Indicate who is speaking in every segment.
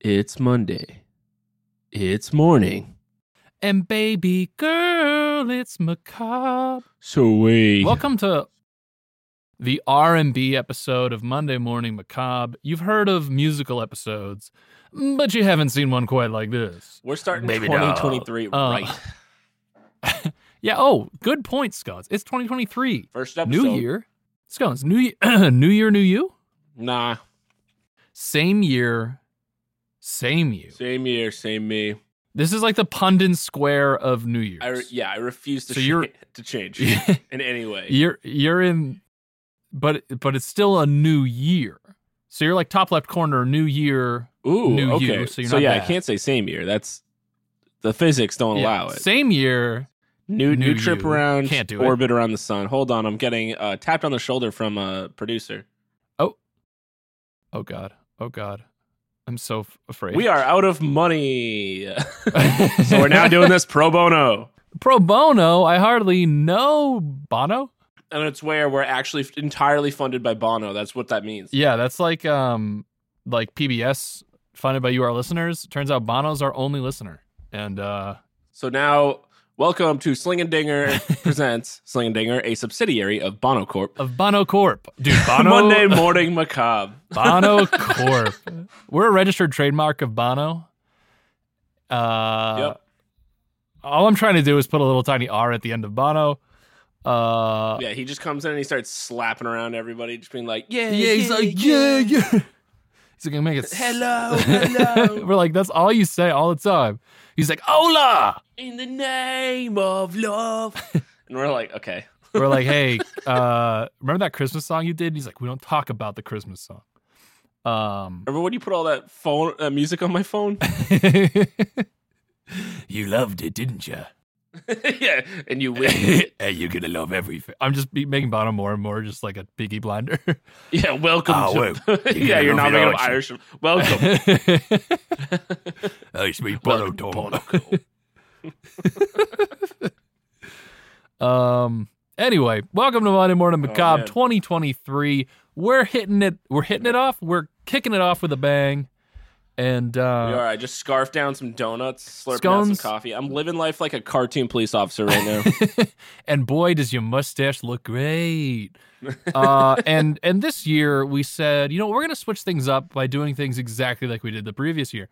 Speaker 1: It's Monday. It's morning.
Speaker 2: And baby girl, it's macabre.
Speaker 1: So wait.
Speaker 2: Welcome to the R&B episode of Monday Morning Macabre. You've heard of musical episodes, but you haven't seen one quite like this.
Speaker 3: We're starting
Speaker 1: Maybe not.
Speaker 3: 2023
Speaker 2: Uh,
Speaker 3: right.
Speaker 2: Yeah, oh, good point, Scones. It's 2023.
Speaker 3: First episode.
Speaker 2: New year. Scones, new year, new year, new you.
Speaker 3: Nah.
Speaker 2: Same year, same you.
Speaker 3: Same year, same me.
Speaker 2: This is like the Pundit Square of New Year's.
Speaker 3: I re- yeah, I refuse to
Speaker 2: So
Speaker 3: sh-
Speaker 2: you're-
Speaker 3: to change
Speaker 2: Yeah.
Speaker 3: in any way.
Speaker 2: you're you're in but but it's still a new year so you're like top left corner new year
Speaker 3: Ooh,
Speaker 2: New
Speaker 3: okay.
Speaker 2: you, so you're not
Speaker 3: yeah, I
Speaker 2: bad.
Speaker 3: can't say same year. That's the physics don't
Speaker 2: Yeah,
Speaker 3: allow it.
Speaker 2: same year
Speaker 3: New new
Speaker 2: new
Speaker 3: trip
Speaker 2: you.
Speaker 3: around
Speaker 2: Can't do it.
Speaker 3: orbit around the sun. Hold on, I'm getting uh, tapped on the shoulder from a producer.
Speaker 2: oh god oh god i'm so f- afraid
Speaker 3: We are out of money. so we're now doing this pro bono.
Speaker 2: pro bono i hardly know bono
Speaker 3: And it's where we're actually f- entirely funded by Bono. That's what that means.
Speaker 2: yeah that's like um like pbs funded by you our listeners turns out bono's our only listener and uh
Speaker 3: So now, welcome to Sling and Dinger presents Sling and Dinger, a subsidiary of Bono Corp.
Speaker 2: of bono corp dude bono
Speaker 3: Monday morning macabre.
Speaker 2: Bono Corp. We're a registered trademark of Bono. Uh,
Speaker 3: Yep.
Speaker 2: All I'm trying to do is put a little tiny R at the end of Bono. Uh,
Speaker 3: Yeah, he just comes in and he starts slapping around everybody, just being like, "Yeah,
Speaker 2: yeah. He's like, gonna make it. s-
Speaker 3: hello, hello,
Speaker 2: We're like, that's all you say all the time. He's like, hola.
Speaker 3: in the name of love," and we're like, "Okay,
Speaker 2: We're like, hey, uh, remember that Christmas song you did? And he's like, we don't talk about the Christmas song. Um,
Speaker 3: remember when you put all that phone uh, music on my phone?
Speaker 2: you loved it, didn't you?
Speaker 3: yeah, and you win.
Speaker 2: hey, you're gonna love everything. I'm just be making Bono more and more just like a piggy blinder.
Speaker 3: Yeah, welcome
Speaker 2: Ah,
Speaker 3: to.
Speaker 2: well, you're
Speaker 3: yeah,
Speaker 2: gonna
Speaker 3: you're not
Speaker 2: love it,
Speaker 3: making him
Speaker 2: aren't
Speaker 3: Irish. Welcome,
Speaker 2: oh, sweet
Speaker 3: Welcome to Bono Corp.
Speaker 2: Um. Anyway, welcome to Monday Morning Macabre
Speaker 3: Oh, man.
Speaker 2: 2023. We're hitting it. We're hitting it off. We're kicking it off with a bang. And
Speaker 3: We
Speaker 2: uh,
Speaker 3: are. I just scarfed down some donuts, slurping down
Speaker 2: Scones?
Speaker 3: some coffee. I'm living life like a cartoon police officer right now.
Speaker 2: and boy, does your mustache look great. uh, and and this year we said, you know, we're gonna switch things up by doing things exactly like we did the previous year.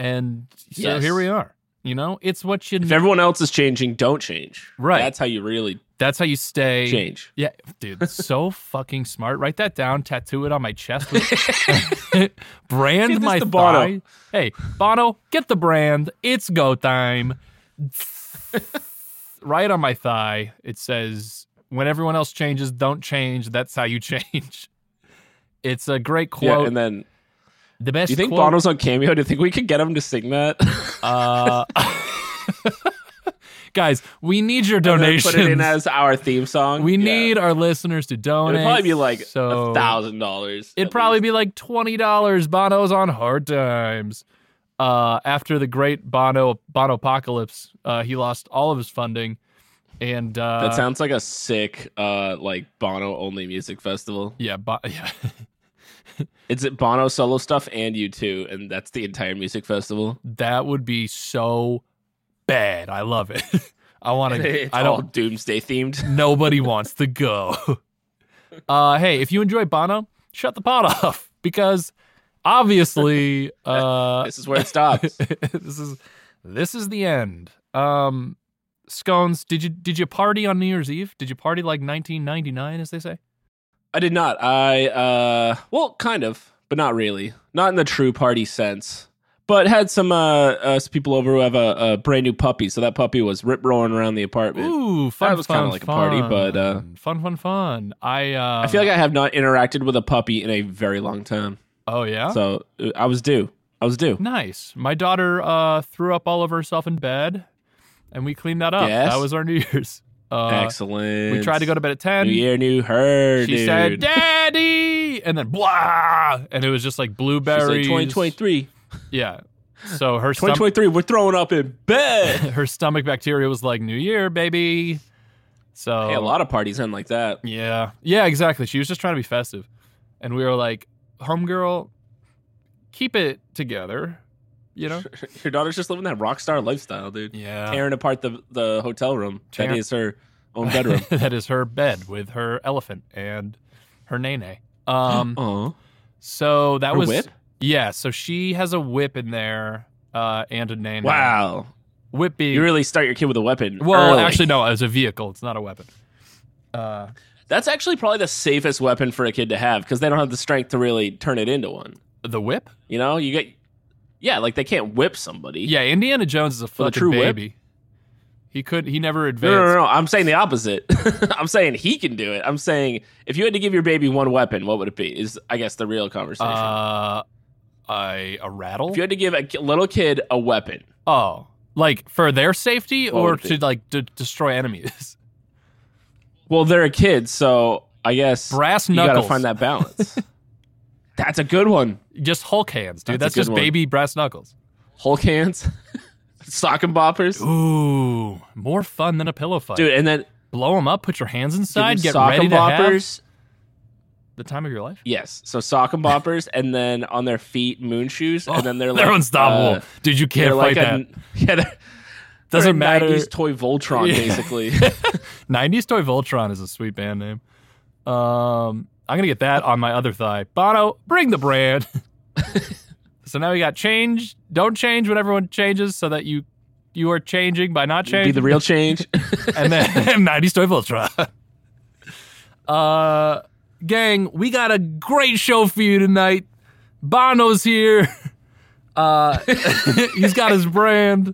Speaker 2: And so
Speaker 3: Yes.
Speaker 2: here we are. You know, it's what you
Speaker 3: if everyone else is changing, don't change.
Speaker 2: Right.
Speaker 3: That's how you really
Speaker 2: That's how you stay.
Speaker 3: change.
Speaker 2: Yeah, dude, so fucking smart. Write that down, tattoo it on my chest, with- brand
Speaker 3: Give this
Speaker 2: my
Speaker 3: to Bono.
Speaker 2: thigh. Hey, Bono, get the brand. It's go time. right on my thigh, it says, "When everyone else changes, don't change. That's how you change." It's a great quote.
Speaker 3: yeah. And then,
Speaker 2: the best.
Speaker 3: do you think
Speaker 2: quote,
Speaker 3: Bono's on Cameo? Do you think we could get him to sing that?
Speaker 2: Uh, guys, we need your
Speaker 3: And then
Speaker 2: donations.
Speaker 3: Put it in as our theme song.
Speaker 2: we
Speaker 3: Yeah.
Speaker 2: need our listeners to donate.
Speaker 3: It'd probably be like
Speaker 2: so-
Speaker 3: a thousand dollars.
Speaker 2: It'd probably be like twenty dollars. Bono's on hard times. Uh, after the great Bono Bono apocalypse, uh, he lost all of his funding, and uh,
Speaker 3: That sounds like a sick, uh, like Bono only music festival.
Speaker 2: yeah, Bo- yeah.
Speaker 3: It's Bono solo stuff and you too, and that's the entire music festival.
Speaker 2: that would be so bad. I love it. I want to.
Speaker 3: It's
Speaker 2: I
Speaker 3: all
Speaker 2: don't.
Speaker 3: doomsday themed.
Speaker 2: Nobody wants to go. Uh, hey, if you enjoy Bono, shut the pot off because obviously, uh,
Speaker 3: This is where it stops.
Speaker 2: this is this is the end. Um scones, did you did you party on New Year's Eve? Did you party like 1999 as they say?
Speaker 3: I did not. I uh well, kind of, but not really. Not in the true party sense. But had some uh, uh some people over who have a, a brand new puppy, so that puppy was rip roaring around the apartment.
Speaker 2: Ooh, fun.
Speaker 3: That was
Speaker 2: kind
Speaker 3: kinda
Speaker 2: of
Speaker 3: like a party, but, uh,
Speaker 2: fun fun fun. I uh
Speaker 3: I feel like I have not interacted with a puppy in a very long time,
Speaker 2: Oh yeah.
Speaker 3: so uh, I was due. I was due.
Speaker 2: nice. My daughter uh threw up all over herself in bed and we cleaned that up.
Speaker 3: Yes.
Speaker 2: That was our New Year's. Uh,
Speaker 3: Excellent.
Speaker 2: we tried to go to bed at 10.
Speaker 3: New year, new her.
Speaker 2: she
Speaker 3: dude.
Speaker 2: said, "Daddy," and then blah, and it was just like
Speaker 3: She said,
Speaker 2: blueberries.
Speaker 3: 2023.
Speaker 2: Yeah. So her stomach
Speaker 3: 2023. We're throwing up in bed.
Speaker 2: her stomach bacteria was like new year baby so
Speaker 3: hey, a lot of parties end like that.
Speaker 2: yeah yeah exactly she was just trying to be festive and we were like homegirl keep it together, you know?
Speaker 3: Your daughter's just living that rock star lifestyle, dude.
Speaker 2: Yeah.
Speaker 3: Tearing apart the the hotel room that
Speaker 2: Tear-
Speaker 3: is her own bedroom.
Speaker 2: that is her bed with her elephant and her nene. Um
Speaker 3: Oh,
Speaker 2: so that
Speaker 3: Her
Speaker 2: was
Speaker 3: whip?
Speaker 2: Yeah, so she has a whip in there uh and a nene.
Speaker 3: wow!
Speaker 2: Whip being
Speaker 3: You really start your kid with a weapon.
Speaker 2: Well,
Speaker 3: early.
Speaker 2: actually no, as a vehicle, it's not a weapon. Uh
Speaker 3: that's actually probably the safest weapon for a kid to have because they don't have the strength to really turn it into one.
Speaker 2: the whip?
Speaker 3: You know, you get yeah, like they can't whip somebody.
Speaker 2: Yeah, Indiana Jones is a fucking
Speaker 3: true whip?
Speaker 2: baby. He could he never
Speaker 3: No,
Speaker 2: advanced.
Speaker 3: no, no, no. I'm saying the opposite. I'm saying he can do it. I'm saying if you had to give your baby one weapon, what would it be? Is I guess the real conversation.
Speaker 2: Uh I a rattle?
Speaker 3: if you had to give a ki- little kid a weapon,
Speaker 2: Oh, like for their safety
Speaker 3: What
Speaker 2: or
Speaker 3: would it
Speaker 2: to like d- destroy enemies?
Speaker 3: well, they're a kid, so I guess
Speaker 2: Brass
Speaker 3: you
Speaker 2: knuckles.
Speaker 3: gotta find that balance. That's a good one.
Speaker 2: Just Hulk hands, dude.
Speaker 3: That's a
Speaker 2: That's,
Speaker 3: good
Speaker 2: just
Speaker 3: one.
Speaker 2: baby brass knuckles.
Speaker 3: Hulk hands, sock and boppers,
Speaker 2: Ooh, more fun than a pillow fight.
Speaker 3: dude, and then
Speaker 2: Blow them up, put your hands inside,
Speaker 3: dude,
Speaker 2: get
Speaker 3: sock
Speaker 2: ready
Speaker 3: and
Speaker 2: to have
Speaker 3: boppers.
Speaker 2: the time of your life.
Speaker 3: Yes, so sock and boppers, and then on their feet, moon shoes, and then they're like
Speaker 2: Oh, they're unstoppable,
Speaker 3: uh,
Speaker 2: dude. You
Speaker 3: they're
Speaker 2: can't
Speaker 3: like
Speaker 2: fight
Speaker 3: a,
Speaker 2: that.
Speaker 3: yeah, they're,
Speaker 2: Doesn't
Speaker 3: they're a
Speaker 2: matter.
Speaker 3: 90s toy Voltron,
Speaker 2: Yeah.
Speaker 3: basically.
Speaker 2: 90s Toy Voltron is a sweet band name. Um, I'm gonna get that on my other thigh. Bono, bring the brand. so now we got change. Don't change when everyone changes, so that you you are changing by not
Speaker 3: Be
Speaker 2: changing.
Speaker 3: the real change.
Speaker 2: and then 90s Toy Voltron. Uh, gang, we got a great show for you tonight. Bono's here. Uh, he's got his brand,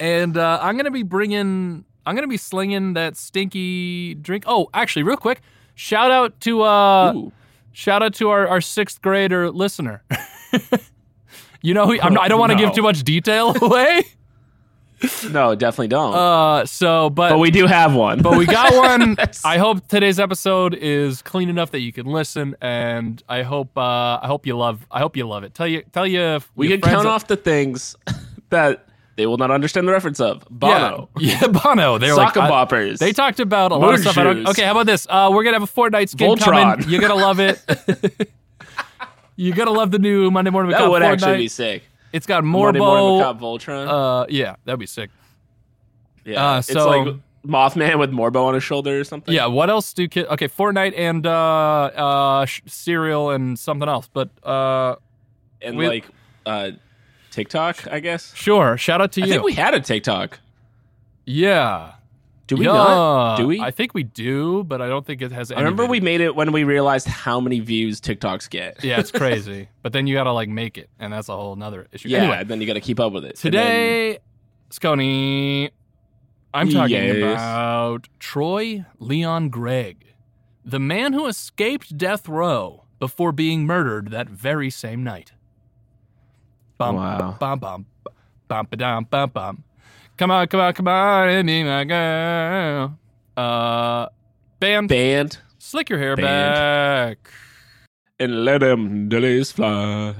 Speaker 2: and uh, I'm gonna be bringing. I'm gonna be slinging that stinky drink. Oh, actually, real quick, shout out to uh,
Speaker 3: Ooh.
Speaker 2: shout out to our, our sixth grader listener. you know, who, I'm, not- I don't want to
Speaker 3: Oh, No.
Speaker 2: give too much detail away.
Speaker 3: No, definitely don't.
Speaker 2: Uh, so, but
Speaker 3: but we do have one.
Speaker 2: but we got one.
Speaker 3: That's-
Speaker 2: I hope today's episode is clean enough that you can listen, and I hope uh, I hope you love I hope you love it. Tell you tell you
Speaker 3: we can count off the things that they will not understand the reference of. Bono,
Speaker 2: Yeah, yeah Bono. They're like
Speaker 3: Sock and
Speaker 2: I-
Speaker 3: boppers.
Speaker 2: They talked about a lot of
Speaker 3: Moon
Speaker 2: stuff. I don't,
Speaker 3: shoes.
Speaker 2: okay, how about this? Uh, we're gonna have a Fortnite skin
Speaker 3: Voltron.
Speaker 2: coming. You're gonna love it. You're gonna love the new Monday morning.
Speaker 3: that
Speaker 2: Macabre
Speaker 3: would
Speaker 2: Fortnite.
Speaker 3: actually be sick.
Speaker 2: It's got
Speaker 3: Monday Morning
Speaker 2: Morbo.
Speaker 3: Macabre Voltron.
Speaker 2: Uh, yeah, that'd be sick.
Speaker 3: yeah,
Speaker 2: uh,
Speaker 3: it's
Speaker 2: so-
Speaker 3: like Mothman with Morbo on his shoulder or something.
Speaker 2: Yeah, what else do kids? Okay, Fortnite and uh, uh, sh- cereal and something else, but uh,
Speaker 3: and
Speaker 2: we-
Speaker 3: like uh, TikTok, I guess.
Speaker 2: Sure. Shout out to
Speaker 3: I
Speaker 2: you.
Speaker 3: think we had a TikTok.
Speaker 2: yeah.
Speaker 3: Do we
Speaker 2: yeah.
Speaker 3: not? Do we?
Speaker 2: I
Speaker 3: I,
Speaker 2: think we do, but I don't think it has. Any
Speaker 3: remember we
Speaker 2: video.
Speaker 3: made it when we realized how many views TikToks get.
Speaker 2: yeah, it's crazy. but then you got to like make it, and that's a whole another issue.
Speaker 3: Yeah,
Speaker 2: Anyway,
Speaker 3: and then you got to keep up with it. And then-
Speaker 2: today, Scony, I'm talking
Speaker 3: Yes.
Speaker 2: about Troy Leon Gregg, the man who escaped death row before being murdered that very same night. Bum,
Speaker 3: Wow.
Speaker 2: Bum bum bum bum bum bum. Come on, come on, come on, and be my girl. Uh, band,
Speaker 3: band
Speaker 2: slick your hair
Speaker 3: Band.
Speaker 2: back.
Speaker 3: and let them dillies fly.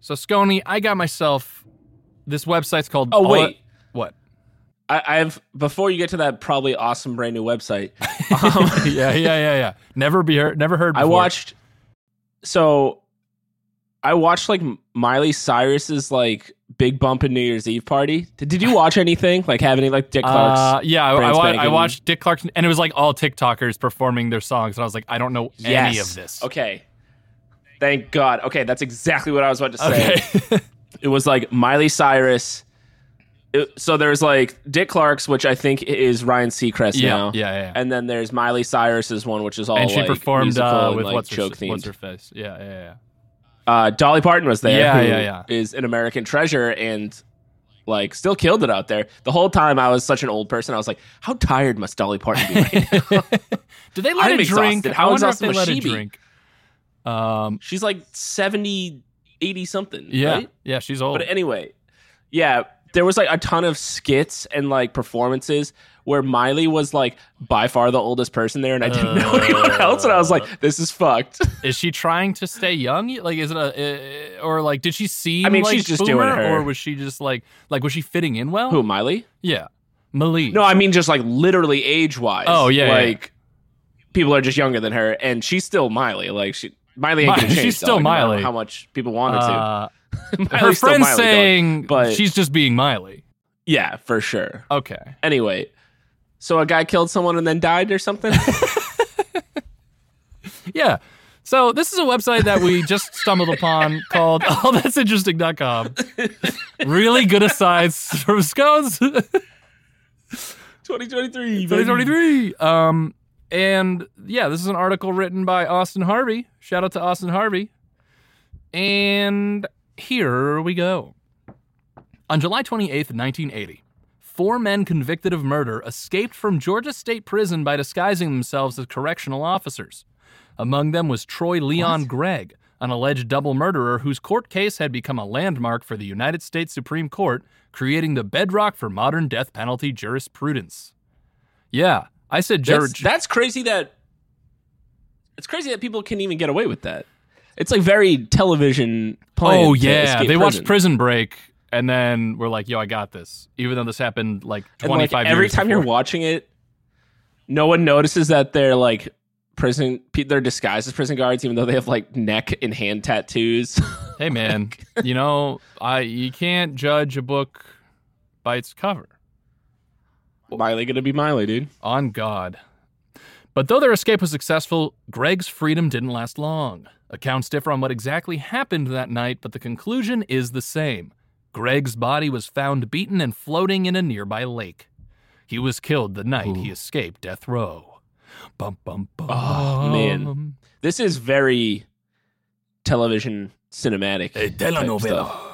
Speaker 2: So Scony, I got myself. This website's called.
Speaker 3: Oh
Speaker 2: All
Speaker 3: wait,
Speaker 2: I- what?
Speaker 3: I, I've before you get to that probably awesome brand new website. Um,
Speaker 2: yeah, yeah, yeah, yeah. Never be heard. Never heard.
Speaker 3: I
Speaker 2: Before.
Speaker 3: watched. So, I watched like Miley Cyrus's like big bump in New Year's Eve party. Did, did you watch anything? Like have any like Dick Clark's?
Speaker 2: Uh, yeah, I, I,
Speaker 3: Brand
Speaker 2: wa- I
Speaker 3: spanking.
Speaker 2: watched Dick Clarkson, and it was like all TikTokers performing their songs, and I was like, I don't know any
Speaker 3: Yes.
Speaker 2: of this.
Speaker 3: Okay. Thank God. Okay, that's exactly what I was about to say.
Speaker 2: Okay.
Speaker 3: It was like Miley Cyrus. It- so there's like Dick Clark's, which I think is Ryan Seacrest
Speaker 2: yeah, yeah,
Speaker 3: now.
Speaker 2: yeah.
Speaker 3: And then there's Miley Cyrus's one, which is all
Speaker 2: and she
Speaker 3: like,
Speaker 2: performed
Speaker 3: musical
Speaker 2: uh,
Speaker 3: and,
Speaker 2: with
Speaker 3: like,
Speaker 2: what's,
Speaker 3: joke
Speaker 2: her, what's
Speaker 3: themed.
Speaker 2: her face. Yeah, yeah, yeah.
Speaker 3: Uh, Dolly Parton was there.
Speaker 2: Yeah,
Speaker 3: who
Speaker 2: yeah, yeah.
Speaker 3: Is an American treasure and like still killed it out there. The whole time I was such an old person. I was like, how tired must Dolly Parton be? Right now?
Speaker 2: Did they let
Speaker 3: I'm
Speaker 2: her drink?
Speaker 3: exhausted. How
Speaker 2: I wonder if
Speaker 3: exhausted
Speaker 2: they
Speaker 3: must
Speaker 2: let her
Speaker 3: she be?
Speaker 2: drink. Um,
Speaker 3: She's like 70, 80 something.
Speaker 2: yeah,
Speaker 3: Right?
Speaker 2: yeah, she's old.
Speaker 3: But anyway, yeah, there was like a ton of skits and like performances where Miley was like by far the oldest person there, and I didn't know
Speaker 2: Uh.
Speaker 3: anyone else, and I was like, this is fucked.
Speaker 2: Is she trying to stay young? Like, is it a uh, or like? Did she seem?
Speaker 3: I mean,
Speaker 2: like
Speaker 3: she's just
Speaker 2: boomer,
Speaker 3: doing her.
Speaker 2: Or was she just like like was she fitting in well?
Speaker 3: Who Miley?
Speaker 2: Yeah, Malie.
Speaker 3: No, I mean just like literally age wise.
Speaker 2: Oh, yeah, yeah,
Speaker 3: like people are just younger than her, and she's still Miley. Like she. Miley ain't gonna
Speaker 2: Miley-
Speaker 3: change,
Speaker 2: she's still
Speaker 3: dog, no matter
Speaker 2: Miley.
Speaker 3: how much people wanted
Speaker 2: Uh,
Speaker 3: to.
Speaker 2: her
Speaker 3: Miley's still Miley,
Speaker 2: friends
Speaker 3: dog.
Speaker 2: saying
Speaker 3: but-
Speaker 2: she's just being Miley.
Speaker 3: yeah, for sure.
Speaker 2: Okay.
Speaker 3: Anyway, so a guy killed someone and then died or something.
Speaker 2: Yeah. So this is a website that we just stumbled upon called oh that's interesting.com. Really good asides from scones
Speaker 3: 2023.
Speaker 2: 2023. Um and yeah, this is an article written by Austin Harvey. Shout out to Austin Harvey. And here we go. On July 28th, 1980, four men convicted of murder escaped from Georgia State Prison by disguising themselves as correctional officers. Among them was Troy Leon Gregg, an alleged double murderer whose court case had become a landmark for the United States Supreme Court, creating the bedrock for modern death penalty jurisprudence. Yeah, I said
Speaker 3: That's,
Speaker 2: George.
Speaker 3: that's crazy that it's crazy that people can even get away with that. It's like very television plan.
Speaker 2: Oh
Speaker 3: to
Speaker 2: yeah,
Speaker 3: escape
Speaker 2: they watched
Speaker 3: prison.
Speaker 2: Prison Break and then we're like, "Yo, I got this." Even though this happened like
Speaker 3: And like
Speaker 2: 25
Speaker 3: every
Speaker 2: years
Speaker 3: time
Speaker 2: before.
Speaker 3: you're watching it, no one notices that they're like prison. pe- They're disguised as prison guards, even though they have like neck and hand tattoos.
Speaker 2: Hey man, you know, I you can't judge a book by its cover.
Speaker 3: Miley gonna be Miley, dude.
Speaker 2: On God. But though their escape was successful, Greg's freedom didn't last long. Accounts differ on what exactly happened that night, but the conclusion is the same. Greg's body was found beaten and floating in a nearby lake. He was killed the night he escaped death row. Bum bum bum.
Speaker 3: Oh, man. This is very television cinematic. type stuff.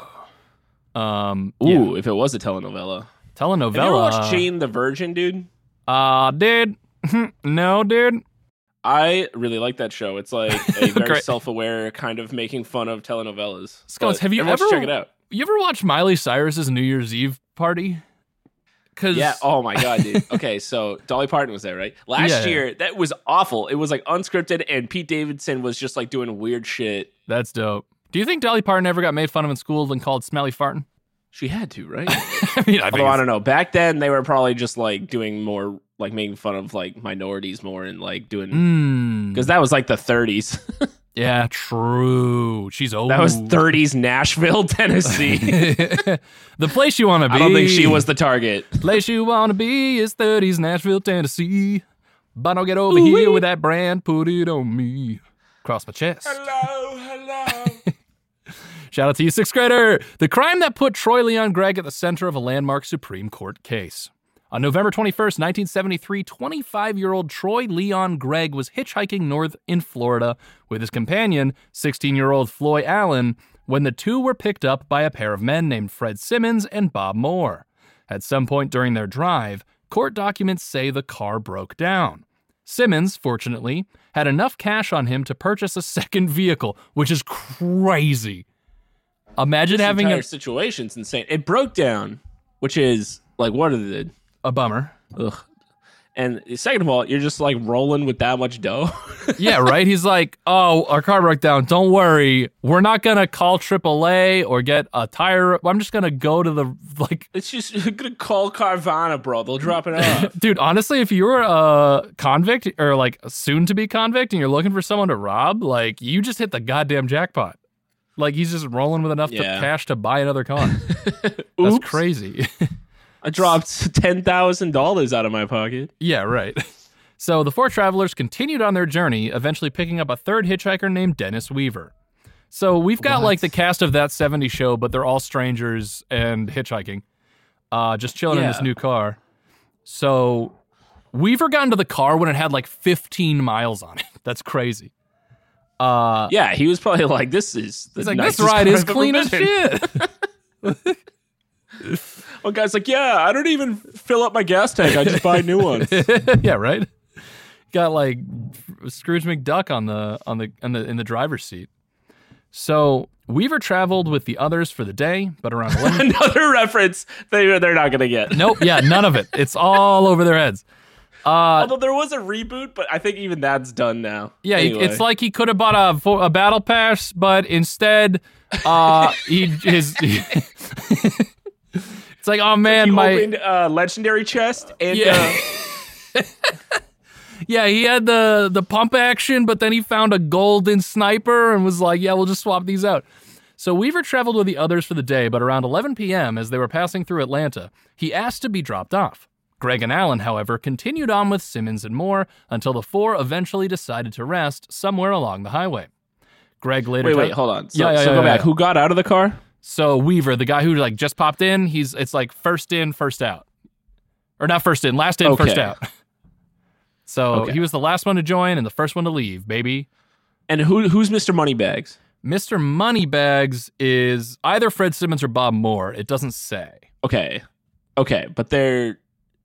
Speaker 2: Um,
Speaker 3: Ooh,
Speaker 2: ooh,
Speaker 3: if it was a telenovela.
Speaker 2: telenovela.
Speaker 3: Have you ever watched Jane the Virgin, dude?
Speaker 2: Uh, dude. no, dude.
Speaker 3: I really like that show. It's like a very
Speaker 2: Great.
Speaker 3: self-aware kind of making fun of telenovelas.
Speaker 2: Scones,
Speaker 3: But
Speaker 2: have you
Speaker 3: everyone should
Speaker 2: ever-
Speaker 3: check it out?
Speaker 2: You ever watch Miley Cyrus's New Year's Eve party? Cause
Speaker 3: Yeah. Oh my god, dude. Okay, so Dolly Parton was there, right? Last
Speaker 2: Yeah.
Speaker 3: year, that was awful. It was like unscripted, and Pete Davidson was just like doing weird shit.
Speaker 2: that's dope. Do you think Dolly Parton ever got made fun of in school and called smelly farting?
Speaker 3: She had to, right?
Speaker 2: I mean, I
Speaker 3: Although I
Speaker 2: it's-
Speaker 3: don't know. Back then, they were probably just like doing more, like making fun of like minorities more, and like doing
Speaker 2: Mm,
Speaker 3: because that was like the 30s.
Speaker 2: yeah, true. She's old.
Speaker 3: that was 30s Nashville, Tennessee.
Speaker 2: the place you want to be.
Speaker 3: I don't think she was the target.
Speaker 2: Place you wanna be is 30s Nashville, Tennessee. But I'll get over
Speaker 3: Ooh-wee.
Speaker 2: here with that brand, put it on me. Cross my chest.
Speaker 3: Hello, hello.
Speaker 2: Shout out to you, sixth grader. The crime that put Troy Leon Gregg at the center of a landmark Supreme Court case. On November 21st, 1973, 25 year old Troy Leon Gregg was hitchhiking north in Florida with his companion, 16 year old Floyd Allen, when the two were picked up by a pair of men named Fred Simmons and Bob Moore. At some point during their drive, court documents say the car broke down. Simmons, fortunately, had enough cash on him to purchase a second vehicle, which is crazy. Imagine
Speaker 3: this
Speaker 2: having
Speaker 3: entire
Speaker 2: a,
Speaker 3: situation's insane. It broke down, which is like what is it?
Speaker 2: a bummer.
Speaker 3: Ugh. And second of all, you're just like rolling with that much dough.
Speaker 2: yeah, right? He's like, oh, our car broke down. Don't worry. We're not going to call AAA or get a tire. I'm just going to go to the, like,
Speaker 3: it's just you're gonna call Carvana, bro. They'll drop it off.
Speaker 2: dude, honestly, if you're a convict or like soon to be convict and you're looking for someone to rob, like, you just hit the goddamn jackpot. Like, he's just rolling with enough
Speaker 3: Yeah.
Speaker 2: to cash to buy another car. That's
Speaker 3: Oops.
Speaker 2: crazy.
Speaker 3: I dropped ten thousand dollars out of my pocket.
Speaker 2: Yeah, right. So the four travelers continued on their journey, eventually picking up a third hitchhiker named Dennis Weaver. So we've got
Speaker 3: What?
Speaker 2: like the cast of that 70 show, but they're all strangers and hitchhiking, uh, just chilling in this
Speaker 3: Yeah.
Speaker 2: new car. So Weaver got into the car when it had like 15 miles on it. That's crazy. Uh,
Speaker 3: Yeah, he was probably like, "This is." The
Speaker 2: it's like,
Speaker 3: nicest
Speaker 2: this ride
Speaker 3: car
Speaker 2: is
Speaker 3: I've ever
Speaker 2: clean as
Speaker 3: been in."
Speaker 2: shit.
Speaker 3: One guy's like, "Yeah, I don't even fill up my gas tank. I just buy new ones."
Speaker 2: yeah, right. Got like Scrooge McDuck on the on the in the in the driver's seat. So Weaver traveled with the others for the day, but around 11
Speaker 3: Another reference they they're not gonna get.
Speaker 2: Nope. Yeah, none of it. It's all over their heads. Uh,
Speaker 3: Although there was a reboot, but I think even that's done now.
Speaker 2: yeah, he-
Speaker 3: Anyway.
Speaker 2: it's like he could have bought a, vo- a battle pass, but instead, uh, he his. it's like, oh man,
Speaker 3: you
Speaker 2: my
Speaker 3: opened uh, legendary chest and uh,
Speaker 2: Yeah. yeah, he had the the pump action, but then he found a golden sniper and was like, yeah, we'll just swap these out. So Weaver traveled with the others for the day, but around 11 p.m., as they were passing through Atlanta, he asked to be dropped off. Greg and Allen, however, continued on with Simmons and Moore until the four eventually decided to rest somewhere along the highway. Greg
Speaker 3: uh,
Speaker 2: later.
Speaker 3: wait,
Speaker 2: tried-
Speaker 3: wait, hold on. So,
Speaker 2: Yeah, yeah,
Speaker 3: so
Speaker 2: yeah,
Speaker 3: go
Speaker 2: yeah,
Speaker 3: back.
Speaker 2: yeah.
Speaker 3: Who got out of the car?
Speaker 2: So Weaver, the guy who like just popped in, he's it's like first in, first out, or not first in, last in, first
Speaker 3: Okay.
Speaker 2: out. So
Speaker 3: Okay.
Speaker 2: he was the last one to join and the first one to leave, baby.
Speaker 3: And who who's Mr. Moneybags?
Speaker 2: Mr. Moneybags is either Fred Simmons or Bob Moore. It doesn't say,
Speaker 3: Okay, okay, but they're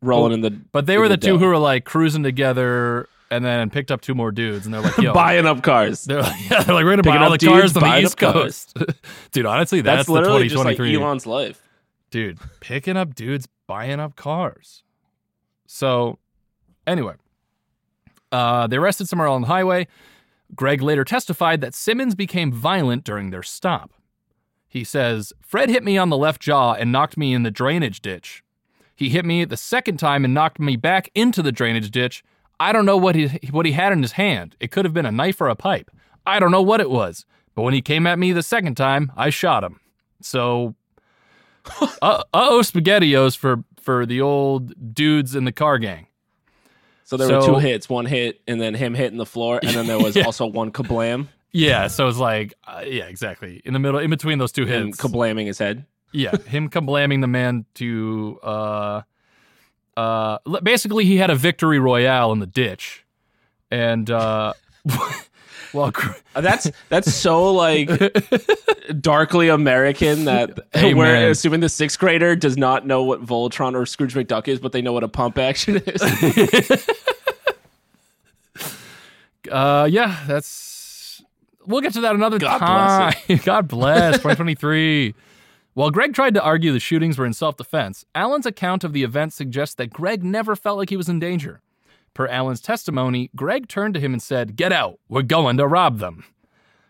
Speaker 3: rolling in the
Speaker 2: but they were
Speaker 3: Ooh,
Speaker 2: the two
Speaker 3: duh.
Speaker 2: who were like cruising together and then picked up two more dudes, and they're like, "Yo."
Speaker 3: buying up cars.
Speaker 2: They're like, yeah, they're like, we're gonna
Speaker 3: Picking
Speaker 2: buy all the
Speaker 3: up
Speaker 2: cars
Speaker 3: dudes,
Speaker 2: on the
Speaker 3: buying
Speaker 2: East
Speaker 3: up cars.
Speaker 2: Coast, dude. Honestly,
Speaker 3: That's,
Speaker 2: that's, the
Speaker 3: literally just like
Speaker 2: 2023
Speaker 3: Elon's life.
Speaker 2: dude picking up dudes buying up cars so anyway uh, they arrested somewhere on the highway greg later testified that simmons became violent during their stop he says fred hit me on the left jaw and knocked me in the drainage ditch he hit me the second time and knocked me back into the drainage ditch i don't know what he, what he had in his hand it could have been a knife or a pipe i don't know what it was but when he came at me the second time i shot him so uh oh, spaghettios for for the old dudes in the car gang.
Speaker 3: So there were
Speaker 2: So-
Speaker 3: two hits, one hit, and then him hitting the floor, and then there was
Speaker 2: Yeah.
Speaker 3: also one kablam
Speaker 2: Yeah, so it's like, uh, yeah, exactly. In the middle, in between those two
Speaker 3: and
Speaker 2: hits,
Speaker 3: kablamming his head.
Speaker 2: yeah, him kablamming the man to, uh, uh, l- basically he had a victory royale in the ditch, and uh, well, Gr-
Speaker 3: Uh, That's that's so like darkly American that
Speaker 2: Hey,
Speaker 3: we're
Speaker 2: man.
Speaker 3: assuming the sixth grader does not know what Voltron or Scrooge McDuck is, but they know what a pump action is.
Speaker 2: uh, yeah, that's. We'll get to that another
Speaker 3: God
Speaker 2: time.
Speaker 3: bless
Speaker 2: God bless 2023. While Greg tried to argue the shootings were in self defense, Allen's account of the event suggests that Greg never felt like he was in danger. Per Allen's testimony, Greg turned to him and said, Get out. We're going to rob them.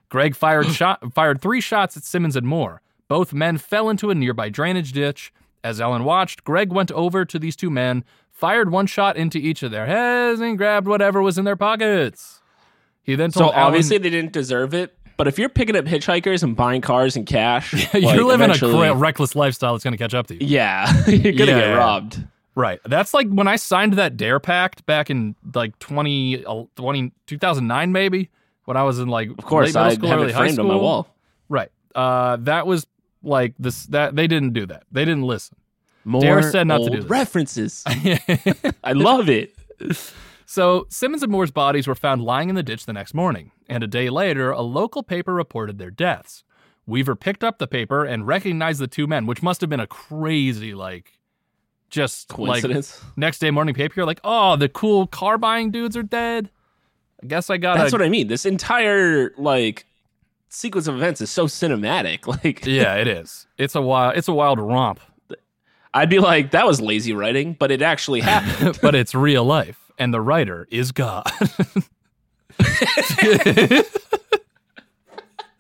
Speaker 2: Greg
Speaker 3: Hmm.
Speaker 2: fired, shot, fired three shots at Simmons and Moore. Both men fell into a nearby drainage ditch. As Allen watched, Greg went over to these two men, fired one shot into each of their heads, and grabbed whatever was in their pockets. He then
Speaker 3: so
Speaker 2: told Allen,
Speaker 3: obviously they didn't deserve it. But if you're picking up hitchhikers and buying cars and cash, like,
Speaker 2: You're living
Speaker 3: eventually-
Speaker 2: a cra- reckless lifestyle that's going to catch up to you.
Speaker 3: yeah, you're gonna
Speaker 2: Yeah.
Speaker 3: get robbed.
Speaker 2: Right. That's like when I signed that DARE Pact back in like uh, 20, 20 2009, maybe, when I was in like
Speaker 3: Of course,
Speaker 2: late middle
Speaker 3: I
Speaker 2: school,
Speaker 3: have
Speaker 2: early
Speaker 3: it
Speaker 2: high
Speaker 3: framed
Speaker 2: school.
Speaker 3: on my wall.
Speaker 2: Right. Uh, that was like this. That they didn't do that. They didn't listen.
Speaker 3: More
Speaker 2: said not to
Speaker 3: old
Speaker 2: do this.
Speaker 3: references. I love it.
Speaker 2: so Simmons and Moore's bodies were found lying in the ditch the next morning, and a day later, a local paper reported their deaths. Weaver picked up the paper and recognized the two men, which must have been a crazy like, just like
Speaker 3: Coincidence.
Speaker 2: next day morning paper. You're like, oh, the cool car buying dudes are dead. I guess I got
Speaker 3: That's
Speaker 2: a
Speaker 3: what I mean. This entire like sequence of events is so cinematic. Like
Speaker 2: yeah. It is. It's a wild. It's a wild romp.
Speaker 3: I'd be like, that was lazy writing, but it actually happened.
Speaker 2: but it's real life, and the writer is God.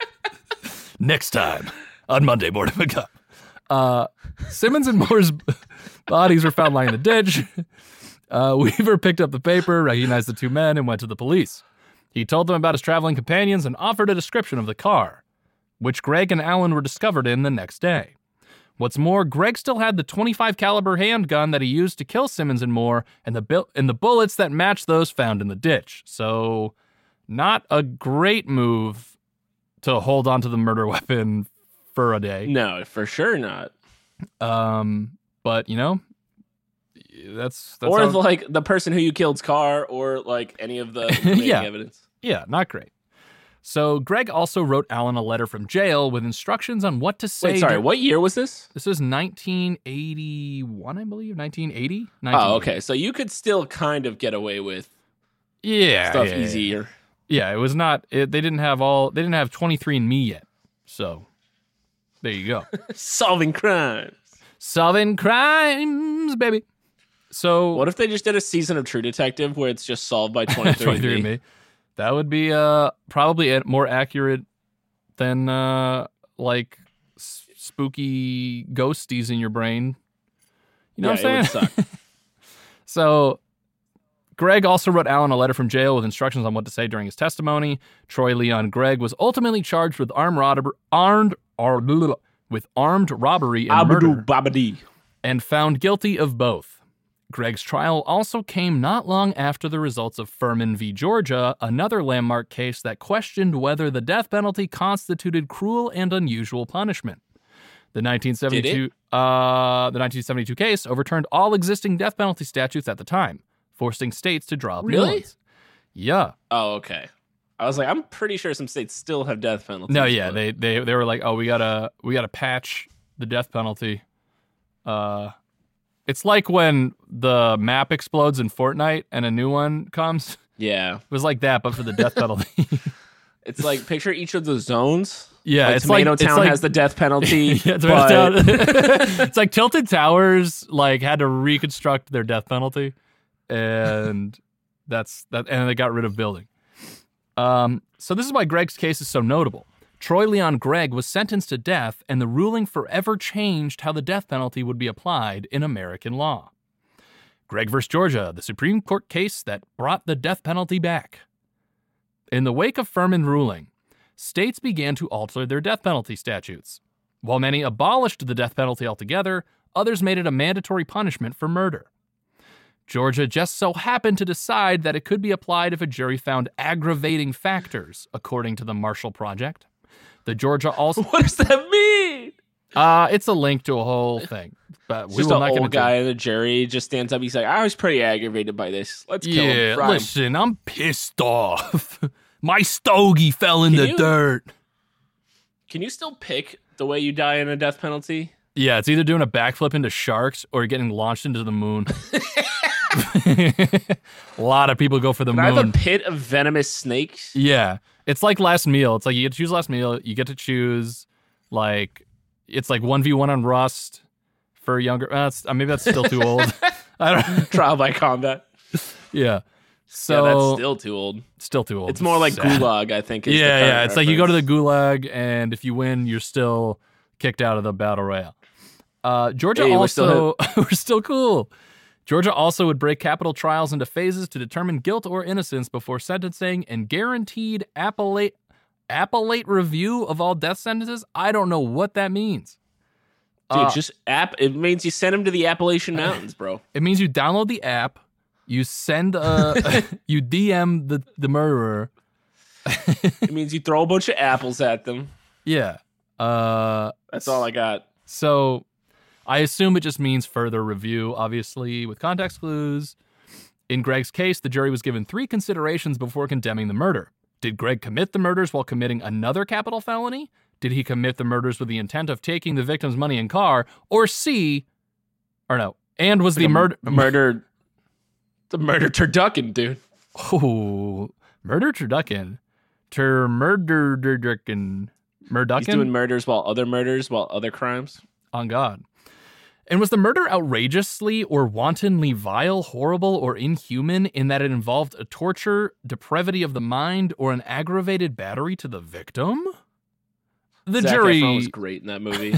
Speaker 2: Next time on Monday Morning Cup. Uh, Simmons and Moore's bodies were found lying in the ditch. Uh, Weaver picked up the paper, recognized the two men, and went to the police. He told them about his traveling companions and offered a description of the car, which Greg and Allen were discovered in the next day. What's more, Greg still had the 25 caliber handgun that he used to kill Simmons and Moore, and the bil- and the bullets that matched those found in the ditch. So, not a great move to hold onto the murder weapon for a day.
Speaker 3: no, for sure not.
Speaker 2: Um, but you know, that's that's
Speaker 3: or
Speaker 2: how-
Speaker 3: like the person who you killed's car, or like any of the remaining
Speaker 2: Yeah.
Speaker 3: evidence.
Speaker 2: yeah, not great. So Greg also wrote Allen a letter from jail with instructions on what to say.
Speaker 3: Wait, sorry,
Speaker 2: dur-
Speaker 3: what year was this?
Speaker 2: This is 1981, I believe. 1980.
Speaker 3: Oh, okay. So you could still kind of get away with
Speaker 2: Yeah,
Speaker 3: stuff
Speaker 2: yeah, yeah.
Speaker 3: easier.
Speaker 2: Yeah, it was not. It, they didn't have all. They didn't have 23andMe yet. So there you go.
Speaker 3: Solving crimes.
Speaker 2: Solving crimes, baby. So
Speaker 3: What if they just did a season of True Detective where it's just solved by 23
Speaker 2: 23andMe. That would be uh probably a- more accurate than uh like s- spooky ghosties in your brain. You know what
Speaker 3: Yeah, it
Speaker 2: I'm
Speaker 3: would
Speaker 2: saying? so Greg also wrote Allen a letter from jail with instructions on what to say during his testimony. Troy Leon Gregg was ultimately charged with armed robber armed or with armed robbery and murder
Speaker 3: Abdu Babadi.
Speaker 2: and found guilty of both. Greg's trial also came not long after the results of Furman v. Georgia, another landmark case that questioned whether the death penalty constituted cruel and unusual punishment. The 1972, uh, the 1972 case overturned all existing death penalty statutes at the time, forcing states to draw up new
Speaker 3: Really?
Speaker 2: ones. Yeah.
Speaker 3: Oh, okay. I was like, I'm pretty sure some states still have death penalties.
Speaker 2: No, yeah,
Speaker 3: but-
Speaker 2: they, they they were like, oh, we gotta we gotta patch the death penalty. Uh, it's like when the map explodes in Fortnite and a new one comes. It
Speaker 3: yeah.
Speaker 2: was like that, but for the death penalty.
Speaker 3: It's like picture each of the zones.
Speaker 2: yeah,
Speaker 3: Like,
Speaker 2: it's
Speaker 3: Tomato
Speaker 2: like,
Speaker 3: Town
Speaker 2: it's like,
Speaker 3: has the death penalty.
Speaker 2: yeah, Tomato
Speaker 3: but-
Speaker 2: Town- it's like Tilted Towers like had to reconstruct their death penalty, and that's that, and they got rid of building. Um, so this is why Greg's case is so notable. Troy Leon Gregg was sentenced to death, and the ruling forever changed how the death penalty would be applied in American law. Gregg versus Georgia, the Supreme Court case that brought the death penalty back. In the wake of Furman ruling, states began to alter their death penalty statutes. While many abolished the death penalty altogether, others made it a mandatory punishment for murder. Georgia just so happened to decide that it could be applied if a jury found aggravating factors, according to the Marshall Project. The Georgia also
Speaker 3: what does that mean?
Speaker 2: uh, it's a link to a whole thing, but
Speaker 3: It's
Speaker 2: we
Speaker 3: just
Speaker 2: will
Speaker 3: an
Speaker 2: not get
Speaker 3: old
Speaker 2: into
Speaker 3: guy in the jury just stands up. He's like, I was pretty aggravated by this. Let's kill
Speaker 2: yeah,
Speaker 3: him. Fry him."
Speaker 2: listen, I'm pissed off. My stogie fell in
Speaker 3: Can
Speaker 2: the
Speaker 3: you-
Speaker 2: dirt.
Speaker 3: Can you still pick the way you die in a death penalty?
Speaker 2: Yeah, it's either doing a backflip into sharks or getting launched into the moon. a lot of people go for the
Speaker 3: Can I have a
Speaker 2: moon.
Speaker 3: pit of venomous snakes?
Speaker 2: yeah, it's like last meal. It's like you get to choose last meal. You get to choose like it's like one v one on Rust for younger. Uh, it's- uh, maybe that's still too old. I don't.
Speaker 3: Trial by combat.
Speaker 2: Yeah.
Speaker 3: yeah,
Speaker 2: So
Speaker 3: that's
Speaker 2: still,
Speaker 3: still too old.
Speaker 2: too old.
Speaker 3: It's more like
Speaker 2: Sad.
Speaker 3: gulag, I think. Is the
Speaker 2: Yeah,
Speaker 3: current
Speaker 2: yeah. It's like you go to the
Speaker 3: reference.
Speaker 2: gulag, and if you win, you're still kicked out of the battle royale. Uh, Georgia
Speaker 3: Hey, we're still
Speaker 2: also we're still cool. Georgia also would break capital trials into phases to determine guilt or innocence before sentencing, and guaranteed appellate appellate review of all death sentences. I don't know what that means.
Speaker 3: dude.
Speaker 2: Uh,
Speaker 3: just app. It means you send him to the Appalachian Mountains, bro.
Speaker 2: It means you download the app, you send a you DM the the murderer.
Speaker 3: it means you throw a bunch of apples at them.
Speaker 2: Yeah. Uh
Speaker 3: That's all I got.
Speaker 2: So I assume it just means further review, obviously, with context clues. In Greg's case, the jury was given three considerations before condemning the murder. Did Greg commit the murders while committing another capital felony? Did he commit the murders with the intent of taking the victim's money and car? Or C, or no, and was the murder.
Speaker 3: The murder. The murder turducken, dude.
Speaker 2: Oh, murder turducken. Tur murder turducken.
Speaker 3: He's doing
Speaker 2: Murducken?
Speaker 3: murders while other murders while other crimes.
Speaker 2: on God. And was the murder outrageously or wantonly vile, horrible, or inhuman in that it involved a torture, depravity of the mind, or an aggravated battery to the victim? The
Speaker 3: Zac
Speaker 2: jury
Speaker 3: Efron was great in that movie.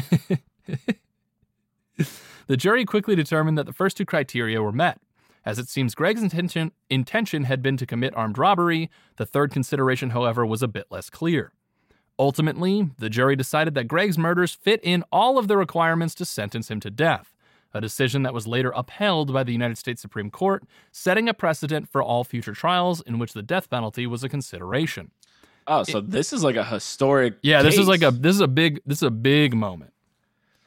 Speaker 2: The jury quickly determined that the first two criteria were met. As it seems Greg's intention, intention had been to commit armed robbery, the third consideration, however, was a bit less clear. Ultimately, the jury decided that Greg's murders fit in all of the requirements to sentence him to death, a decision that was later upheld by the United States Supreme Court, setting a precedent for all future trials in which the death penalty was a consideration.
Speaker 3: oh, so this is like a historic.
Speaker 2: Yeah, this is
Speaker 3: case.
Speaker 2: like a this is a big this is a big moment.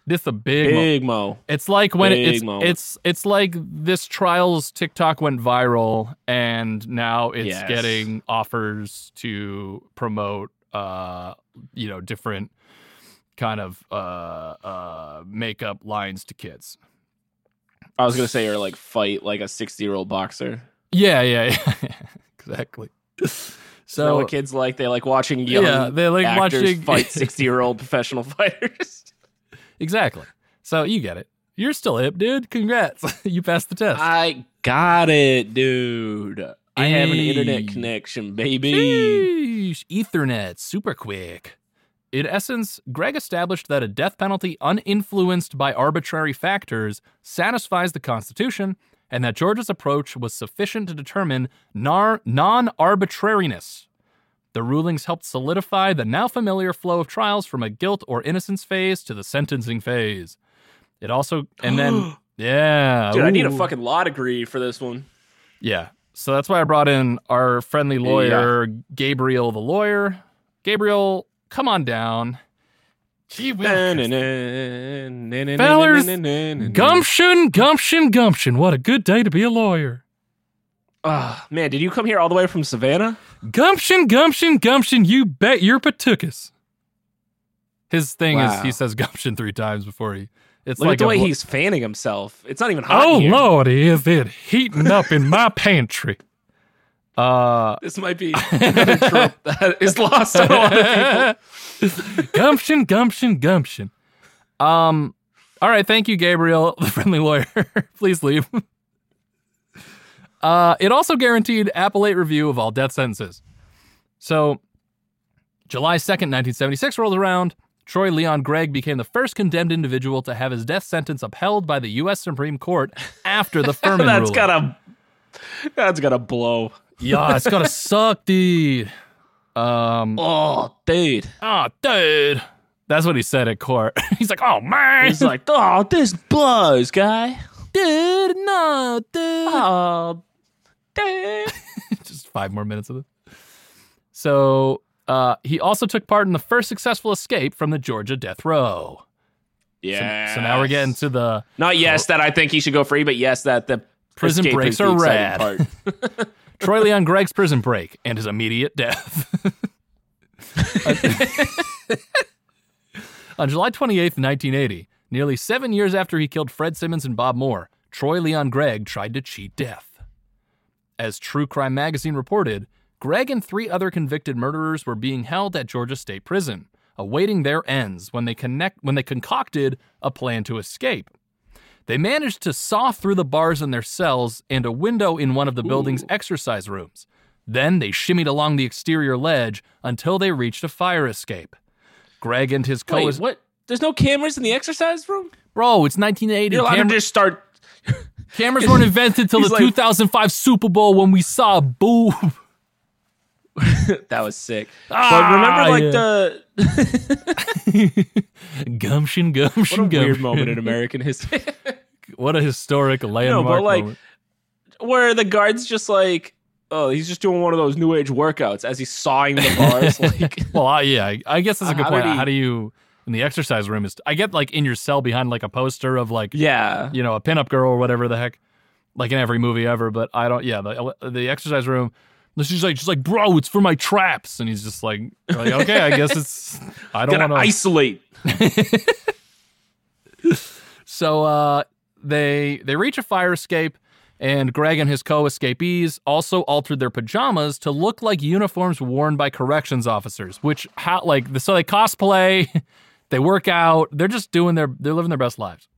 Speaker 2: This is a big, moment.
Speaker 3: big mo.
Speaker 2: It's like when
Speaker 3: Big
Speaker 2: it's
Speaker 3: moment.
Speaker 2: it's it's like this trials TikTok went viral and now it's
Speaker 3: Yes.
Speaker 2: getting offers to promote uh you know different kind of uh uh makeup lines to kids.
Speaker 3: I was gonna say, or like fight like a sixty-year-old boxer.
Speaker 2: Yeah, yeah, yeah. exactly.
Speaker 3: So
Speaker 2: So
Speaker 3: what kids like they like watching young
Speaker 2: Yeah, they like
Speaker 3: actors
Speaker 2: watching-
Speaker 3: fight sixty year old professional fighters.
Speaker 2: exactly. So you get it. You're still hip, dude. Congrats. you passed the test.
Speaker 3: I got it, dude. I have an
Speaker 2: Hey.
Speaker 3: internet connection, baby.
Speaker 2: Sheesh. Ethernet, super quick. In essence, Greg established that a death penalty uninfluenced by arbitrary factors satisfies the Constitution, and that Georgia's approach was sufficient to determine non arbitrariness. The rulings helped solidify the now familiar flow of trials from a guilt or innocence phase to the sentencing phase. It also, and then, yeah.
Speaker 3: Dude, I need a
Speaker 2: ooh.
Speaker 3: fucking law degree for this one.
Speaker 2: Yeah. So that's why I brought in our friendly lawyer, Gabriel the lawyer. Gabriel, come on down. Gee whiz. Fellers, Gumption, gumption, gumption. What a good day to be a lawyer.
Speaker 3: Ah, man, did you come here all the way from Savannah?
Speaker 2: Gumption, gumption, gumption. You bet your patookus. His thing is
Speaker 3: Wow.
Speaker 2: he says gumption three times before he. It's
Speaker 3: Look
Speaker 2: like
Speaker 3: at the
Speaker 2: a
Speaker 3: way
Speaker 2: bl-
Speaker 3: he's fanning himself. It's not even hot.
Speaker 2: Oh
Speaker 3: in here.
Speaker 2: lordy, is it heating up in my pantry? Uh,
Speaker 3: This might be another trope that is lost on a lot of people.
Speaker 2: gumption, gumption, gumption. Um, all right, thank you, Gabriel, the friendly lawyer. Please leave. Uh, it also guaranteed appellate review of all death sentences. So, July 2nd, 1976 rolls around. Troy Leon Gregg became the first condemned individual to have his death sentence upheld by the U.S. Supreme Court after the Furman
Speaker 3: That's
Speaker 2: ruling.
Speaker 3: gotta That's gotta blow.
Speaker 2: yeah, it's gotta suck, dude. Um,
Speaker 3: Oh, dude.
Speaker 2: oh, dude. That's what he said at court. He's like, oh, man.
Speaker 3: He's like, oh, this blows, guy.
Speaker 2: dude, no, dude.
Speaker 3: Oh, dude.
Speaker 2: Just five more minutes of this. So uh, he also took part in the first successful escape from the Georgia death row. So-
Speaker 3: Yeah.
Speaker 2: So, now we're getting to the
Speaker 3: Not yes that I think he should go free, but yes that the
Speaker 2: Prison
Speaker 3: escape
Speaker 2: breaks
Speaker 3: is the
Speaker 2: are
Speaker 3: exciting
Speaker 2: rad.
Speaker 3: part.
Speaker 2: Troy Leon Gregg's prison break and his immediate death. On July 28th, 1980, nearly seven years after he killed Fred Simmons and Bob Moore, Troy Leon Gregg tried to cheat death. As True Crime Magazine reported, Gregg and three other convicted murderers were being held at Georgia State Prison, awaiting their ends when they connect when they concocted a plan to escape. They managed to saw through the bars in their cells and a window in one of the building's exercise rooms. Then they shimmied along the exterior ledge until they reached a fire escape. Greg and his co
Speaker 3: Wait, what? There's no cameras in the exercise room?
Speaker 2: Bro, it's 1980.
Speaker 3: You're allowed
Speaker 2: Camera-
Speaker 3: to just start.
Speaker 2: cameras weren't invented till the
Speaker 3: He's like-
Speaker 2: 2005 Super Bowl when we saw a boob.
Speaker 3: That was sick.
Speaker 2: Ah,
Speaker 3: but remember, like
Speaker 2: yeah.
Speaker 3: the
Speaker 2: Gumption, gumption,
Speaker 3: what a
Speaker 2: gumption.
Speaker 3: weird moment in American history.
Speaker 2: What a historic landmark
Speaker 3: like,
Speaker 2: moment.
Speaker 3: where the guard's just like, oh, he's just doing one of those new age workouts as he's sawing the bars. like,
Speaker 2: Well, I, yeah, I, I guess that's a good
Speaker 3: How did
Speaker 2: point.
Speaker 3: he-
Speaker 2: How do you in the exercise room? Is I get like in your cell behind like a poster of like
Speaker 3: yeah.
Speaker 2: you know a pinup girl or whatever the heck, like in every movie ever. But I don't. Yeah, the the exercise room. She's like, she's like, bro, it's for my traps, and he's just like, like okay, I guess it's. I don't
Speaker 3: Gotta
Speaker 2: want to
Speaker 3: isolate.
Speaker 2: So uh, they they reach a fire escape, and Greg and his co-escapees also altered their pajamas to look like uniforms worn by corrections officers. Which how like so they cosplay, they work out, they're just doing their they're living their best lives.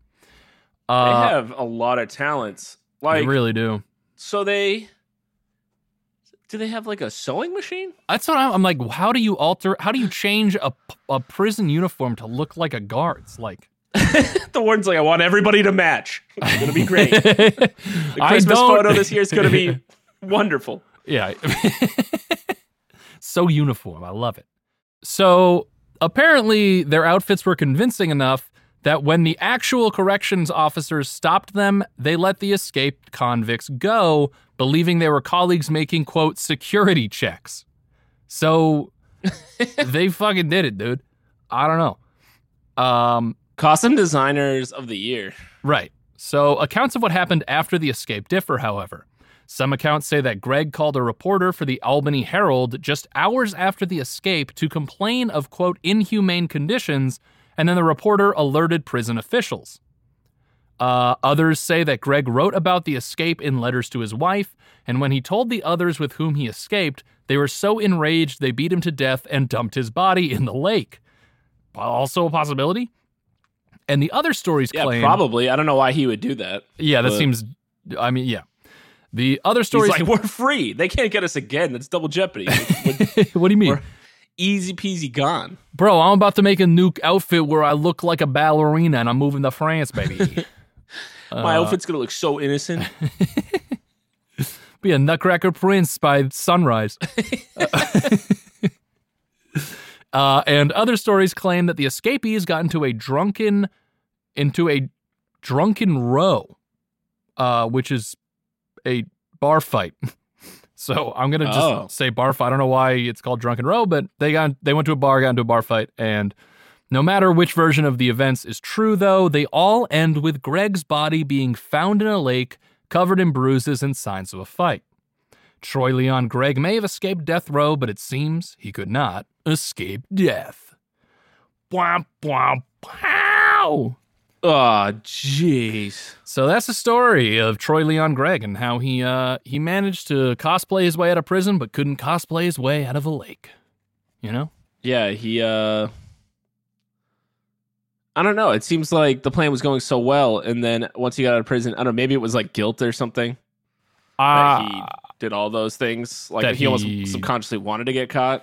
Speaker 3: They
Speaker 2: Uh,
Speaker 3: have a lot of talents.
Speaker 2: they
Speaker 3: Like,
Speaker 2: really do.
Speaker 3: so they do they have like a sewing machine?
Speaker 2: That's what I'm, I'm like. How do you alter? How do you change a a prison uniform to look like a guard's? Like
Speaker 3: The warden's like, I want everybody to match. It's gonna be great. The
Speaker 2: I
Speaker 3: Christmas
Speaker 2: don't-
Speaker 3: photo this year is gonna be wonderful.
Speaker 2: Yeah. so uniform. I love it. So apparently, their outfits were convincing enough that when the actual corrections officers stopped them, they let the escaped convicts go, believing they were colleagues making, quote, security checks. So they fucking did it, dude. I don't know. Um,
Speaker 3: Costume designers of the year.
Speaker 2: Right. So accounts of what happened after the escape differ, however. Some accounts say that Greg called a reporter for the Albany Herald just hours after the escape to complain of, quote, inhumane conditions, and then the reporter alerted prison officials. Uh, others say that Greg wrote about the escape in letters to his wife, and when he told the others with whom he escaped, they were so enraged they beat him to death and dumped his body in the lake. Also a possibility. And the other stories
Speaker 3: Yeah,
Speaker 2: claim,
Speaker 3: probably. I don't know why he would do that.
Speaker 2: yeah, that
Speaker 3: but-
Speaker 2: seems. I mean, yeah. The other
Speaker 3: He's
Speaker 2: stories.
Speaker 3: like, we're free. They can't get us again. That's double jeopardy.
Speaker 2: what do you mean?
Speaker 3: Or- Easy peasy gone.
Speaker 2: Bro, I'm about to make a new outfit where I look like a ballerina and I'm moving to France, baby.
Speaker 3: My
Speaker 2: Uh,
Speaker 3: outfit's gonna look so innocent.
Speaker 2: Be a nutcracker prince by sunrise. uh, and other stories claim that the escapees got into a drunken into a drunken row, uh, which is a bar fight. So I'm gonna just
Speaker 3: Oh.
Speaker 2: say bar fight. I don't know why it's called drunken row, but they got they went to a bar, got into a bar fight, and no matter which version of the events is true, though, they all end with Greg's body being found in a lake, covered in bruises and signs of a fight. Troy Leon Gregg may have escaped death row, but it seems he could not escape death. Bwomp, bwomp, pow!
Speaker 3: oh, jeez.
Speaker 2: So that's the story of Troy Leon Gregg and how he uh, he managed to cosplay his way out of prison, but couldn't cosplay his way out of a lake. You know,
Speaker 3: Yeah, he. uh I don't know. It seems like the plan was going so well, and then once he got out of prison, I don't know. Maybe it was like guilt or something
Speaker 2: Uh,
Speaker 3: that he did all those things. Like
Speaker 2: Ah. that
Speaker 3: he almost
Speaker 2: he-
Speaker 3: subconsciously wanted to get caught.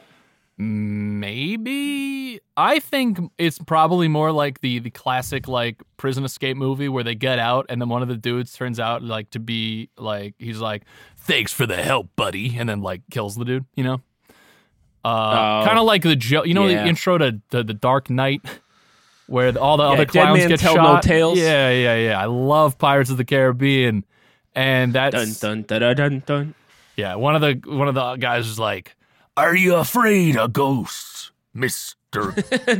Speaker 2: Maybe I think it's probably more like the the classic like prison escape movie where they get out and then one of the dudes turns out like to be like he's like thanks for the help buddy and then like kills the dude you know uh
Speaker 3: Oh.
Speaker 2: kind of like the jo- you know
Speaker 3: Yeah.
Speaker 2: the intro to the, the Dark Knight where the- all the other
Speaker 3: Dead
Speaker 2: clowns
Speaker 3: Man
Speaker 2: get
Speaker 3: Tell No
Speaker 2: shot
Speaker 3: Tales.
Speaker 2: yeah yeah yeah I love Pirates of the Caribbean and that's
Speaker 3: Dun dun dun dun dun. dun.
Speaker 2: yeah, one of the one of the guys was like, "Are you afraid of ghosts, Mister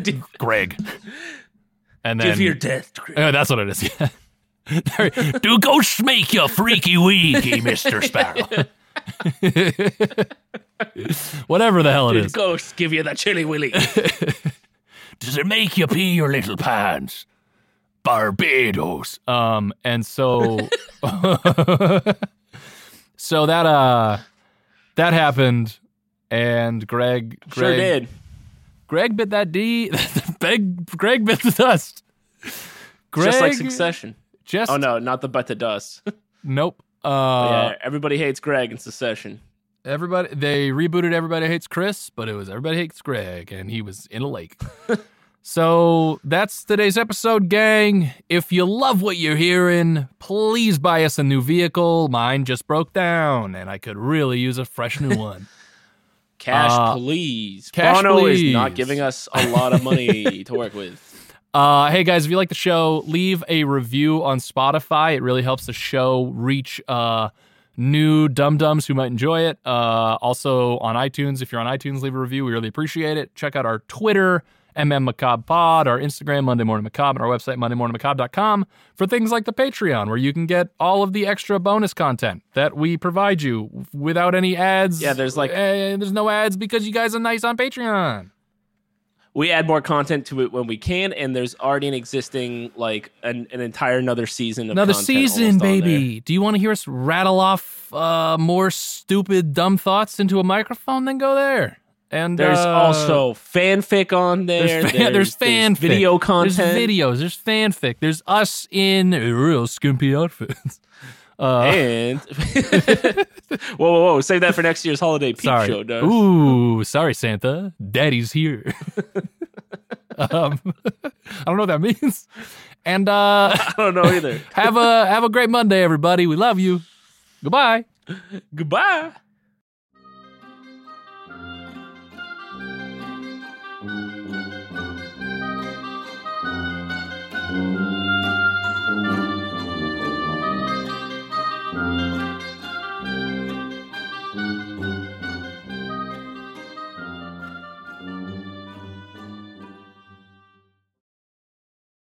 Speaker 3: Give-
Speaker 2: Greg?" And then
Speaker 3: Give your death. Chris.
Speaker 2: Oh, that's what it is. Yeah. There- Do ghosts make you freaky weaky, Mister Sparrow? Whatever the hell it
Speaker 3: Did
Speaker 2: is,
Speaker 3: ghosts give you the chilly willy?
Speaker 2: does it make you pee your little pants? Barbados. Um, and so, so that uh, that happened, and Greg, Greg
Speaker 3: sure did.
Speaker 2: Greg bit that D. Greg, Greg bit the dust. Greg,
Speaker 3: Just like Succession.
Speaker 2: Just
Speaker 3: Oh no, not the butt to dust.
Speaker 2: Nope. Uh,
Speaker 3: yeah, everybody hates Greg in Succession.
Speaker 2: Everybody. They rebooted Everybody Hates Chris, but it was Everybody Hates Greg, and he was in a lake. so that's today's episode, gang. If you love what you're hearing, please buy us a new vehicle. Mine just broke down, and I could really use a fresh new one.
Speaker 3: Cash,
Speaker 2: Uh,
Speaker 3: please.
Speaker 2: cash,
Speaker 3: Bono is
Speaker 2: please.
Speaker 3: not giving us a lot of money to work with.
Speaker 2: Uh, hey guys, if you like the show, leave a review on Spotify. It really helps the show reach uh, new dum dums who might enjoy it. Uh, also on iTunes, if you're on iTunes, leave a review. We really appreciate it. Check out our Twitter, MM Macabre Pod, our Instagram, Monday Morning Macabre, and our website, MondayMorningMacabre.com, for things like the Patreon, where you can get all of the extra bonus content that we provide you without any ads.
Speaker 3: Yeah, there's like-
Speaker 2: Eh, there's no ads because you guys are nice on Patreon.
Speaker 3: We add more content to it when we can, and there's already an existing like an, an entire another season of
Speaker 2: Another
Speaker 3: content
Speaker 2: season,
Speaker 3: almost on
Speaker 2: baby. Do you want to hear us rattle off uh, more stupid, dumb thoughts into a microphone? Then go there. And
Speaker 3: there. There's
Speaker 2: uh,
Speaker 3: also fanfic on there.
Speaker 2: there's, fan, there's, fanfic,
Speaker 3: video content.
Speaker 2: there's videos, there's fanfic, there's us in real skimpy outfits. Uh,
Speaker 3: And whoa, whoa, whoa! Save that for next year's holiday peep
Speaker 2: sorry.
Speaker 3: show. Doug.
Speaker 2: Ooh, sorry, Santa. Daddy's here. um, I don't know what that means. And uh,
Speaker 3: I don't know either.
Speaker 2: have a have a great Monday, everybody. We love you. Goodbye.
Speaker 3: Goodbye.